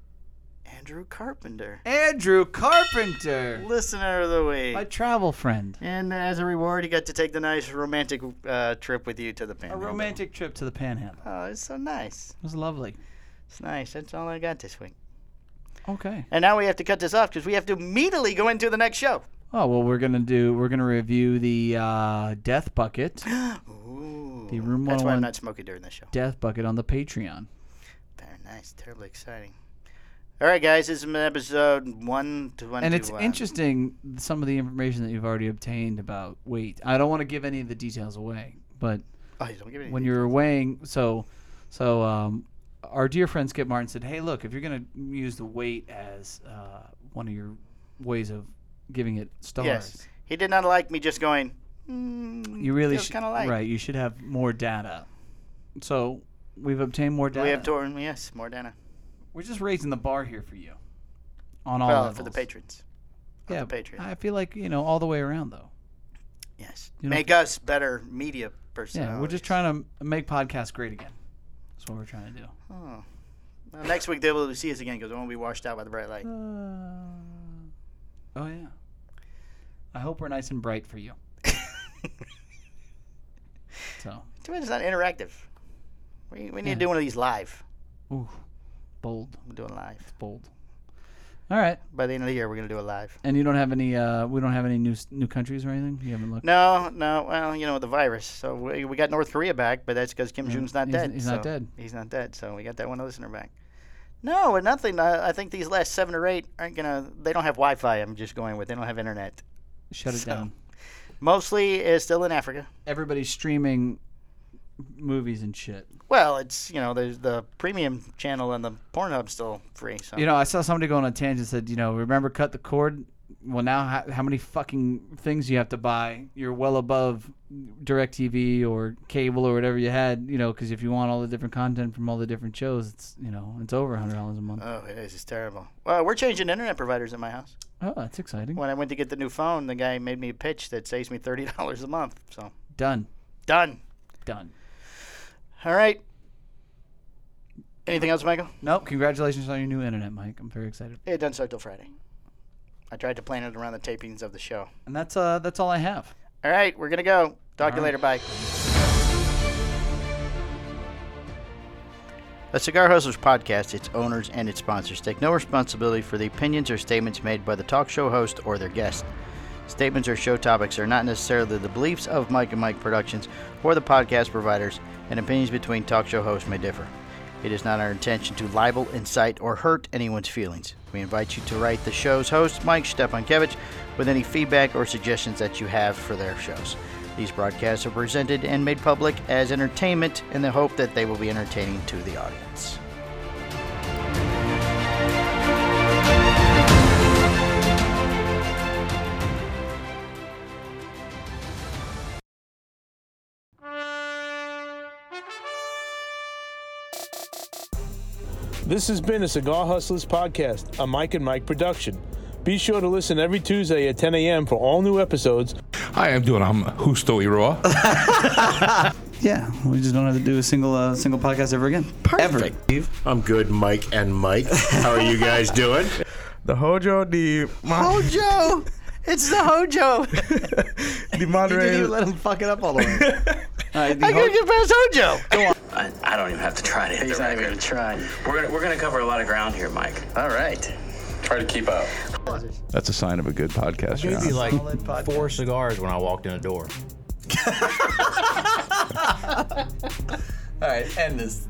Andrew Carpenter. Andrew Carpenter, Listener of the my week. travel friend. And as a reward, you got to take the nice romantic uh, trip with you to the A panhandle. romantic trip to the Panhandle. Oh, it's so nice. It was lovely. It's nice. That's all I got this week. Okay. And now we have to cut this off because we have to immediately go into the next show. Oh well, we're gonna do. We're gonna review the uh, Death Bucket, Ooh. The room That's why 101 I'm not smoking during this show. Death Bucket on the Patreon. Very nice. Terribly exciting. All right, guys. This is episode one to one. And to uh, it's one. interesting some of the information that you've already obtained about weight. I don't want to give any of the details away, but Oh, you don't give it when you're weighing, so, so um, our dear friend Skip Martin said, "Hey, look, if you're gonna use the weight as uh, one of your ways of giving it stars, Yes. He did not like me just going. Mm, you really feels should kind of like. right. You should have more data. So We've obtained more data. We have Torn, yes, Mordana. We're just raising the bar here for you. On all Well, levels. for the patrons. of Yeah, the Patriot. I feel like you know all the way around though. Yes. You know- Make us better media Yeah, personalities. we're just trying to make podcasts great again. That's what we're trying to do. Oh. Well, next week, they'll be able to see us again because we won't be washed out by the bright light. Uh, oh yeah. I hope we're nice and bright for you. so, Too bad it's not interactive. We, we need Yeah. to do one of these live. ooh, bold, We'll do it live. bold. All right, By the end of the year, we're going to do it live. and you don't have any. Uh, we don't have any new s- new countries or anything. You haven't looked. No, no. Well, you know, the virus. So we, we got North Korea back, but that's because Kim Yeah, Jong's Mm, not he's- dead. he's not so- dead. He's not dead. So we got that one listener back. No, nothing. I, I think these last seven or eight aren't gonna. They don't have Wi-Fi. I'm just going with. They don't have internet. Shut it So- down. Mostly is still in Africa. Everybody's streaming movies and shit. Well, it's you know there's the premium channel and the Pornhub still free. So You know, I saw somebody go on a tangent said, you know, remember cut the cord? Well, now how, how many fucking things you have to buy? You're well above DirecTV or cable or whatever you had, you know, because if you want all the different content from all the different shows, it's you know, it's over hundred dollars a month. Oh, it is. It's terrible. Well, we're changing internet providers at my house. Oh, that's exciting. When I went to get the new phone, the guy made me a pitch that saves me thirty dollars a month. So Done, done. done. All right. Anything else, Michael? Nope. Congratulations on your new internet, Mike. I'm very excited. It doesn't start till Friday. I tried to plan it around the tapings of the show. And that's uh, that's all I have. All right, we're gonna go. Talk to you All later. right. Bye. A Cigar Hustlers podcast, its owners, and its sponsors take no responsibility for the opinions or statements made by the talk show host or their guest. Statements or show topics are not necessarily the beliefs of Mike and Mike Productions or the podcast providers, and opinions between talk show hosts may differ. It is not our intention to libel, incite, or hurt anyone's feelings. We invite you to write the show's host, Mike Stepankevich, with any feedback or suggestions that you have for their shows. These broadcasts are presented and made public as entertainment in the hope that they will be entertaining to the audience. This has been a Cigar Hustlers podcast, a Mike and Mike production. Be sure to listen every Tuesday at 10 a.m. for all new episodes Hi, I'm doing. I'm Husto Iroa. Yeah, we just don't have to do a single uh, single podcast ever again. Perfect. I'm good, Mike and Mike. How are you guys doing? The Hojo, the ma- Hojo! It's the Hojo! the You didn't even Monterey. let him fuck it up all the way. All right, the I whole- gotta get past Hojo! I, I don't even have to try to hit the record. trying. We're gonna we're gonna cover a lot of ground here, Mike. All right. Try to keep up. That's a sign of a good podcast. you're on. Maybe like four cigars when I walked in the door. all right, end this.